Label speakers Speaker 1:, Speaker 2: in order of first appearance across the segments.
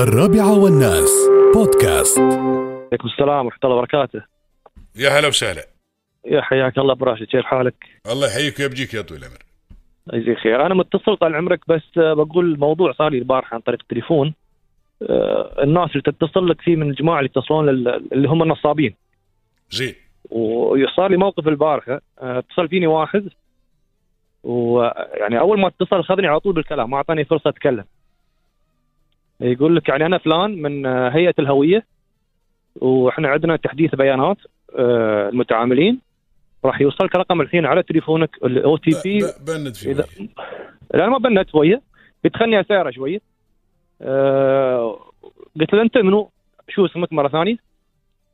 Speaker 1: الرابعة والناس بودكاست
Speaker 2: عليكم السلام ورحمة الله وبركاته
Speaker 3: يا هلا وسهلا
Speaker 2: يا حياك الله أبو راشد كيف حالك؟
Speaker 3: الله يحييك ويبجيك يا طويل العمر
Speaker 2: يجزيك خير أنا متصل طال عمرك بس آه، بقول موضوع صار لي البارحة عن طريق التليفون آه، الناس اللي تتصل لك فيه من الجماعة اللي يتصلون لل- اللي هم النصابين
Speaker 3: زين
Speaker 2: وصار لي موقف البارحة آه، اتصل فيني واحد ويعني أول ما اتصل خذني على طول بالكلام ما أعطاني فرصة أتكلم يقول لك يعني أنا فلان من آه، هيئة الهوية وإحنا عندنا تحديث بيانات آه، المتعاملين راح يوصلك رقم الحين على تليفونك الاو تي
Speaker 3: ب-
Speaker 2: بي
Speaker 3: ب- بند في
Speaker 2: إذا-
Speaker 3: بالي.
Speaker 2: لا ما بنت شويه بتخلني اسيره شويه أه قلت له انت منو؟ شو اسمك مره ثانيه؟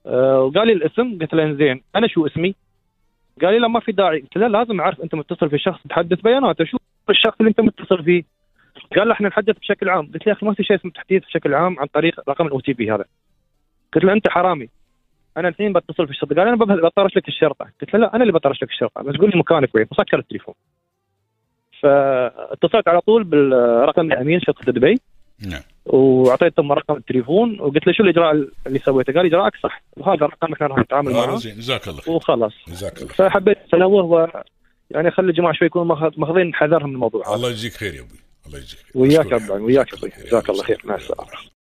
Speaker 2: أه وقال لي الاسم قلت له انزين انا شو اسمي؟ قال لي لا ما في داعي قلت له لازم اعرف انت متصل في شخص تحدث بياناته شو الشخص اللي انت متصل فيه؟ قال له احنا نحدث بشكل عام قلت له يا اخي ما في شيء اسمه تحديث بشكل عام عن طريق رقم الاو تي بي هذا قلت له انت حرامي انا الحين بتصل في الشرطه قال انا ببه- بطرش لك الشرطه قلت له لا انا اللي بطرش لك الشرطه بس قول لي مكانك وين وسكر التليفون فاتصلت على طول بالرقم الامين شرطه دبي
Speaker 3: نعم
Speaker 2: واعطيتهم رقم التليفون وقلت له شو الاجراء اللي سويته؟ قال اجراءك صح وهذا الرقم احنا راح نتعامل
Speaker 3: آه،
Speaker 2: معه
Speaker 3: زين جزاك الله خير
Speaker 2: وخلاص
Speaker 3: جزاك الله خير
Speaker 2: فحبيت انوه و يعني خلي الجماعه شوي يكونوا ماخذ- ماخذين حذرهم من الموضوع هذا
Speaker 3: الله يجزيك خير يا ابوي الله يجزيك خير
Speaker 2: وياك
Speaker 3: مشكور يا
Speaker 2: أبا،
Speaker 3: حبيبي.
Speaker 2: وياك
Speaker 3: جزاك
Speaker 2: أبوي. جزاك الله خير. مع
Speaker 3: يا
Speaker 2: السلامة.
Speaker 3: الله.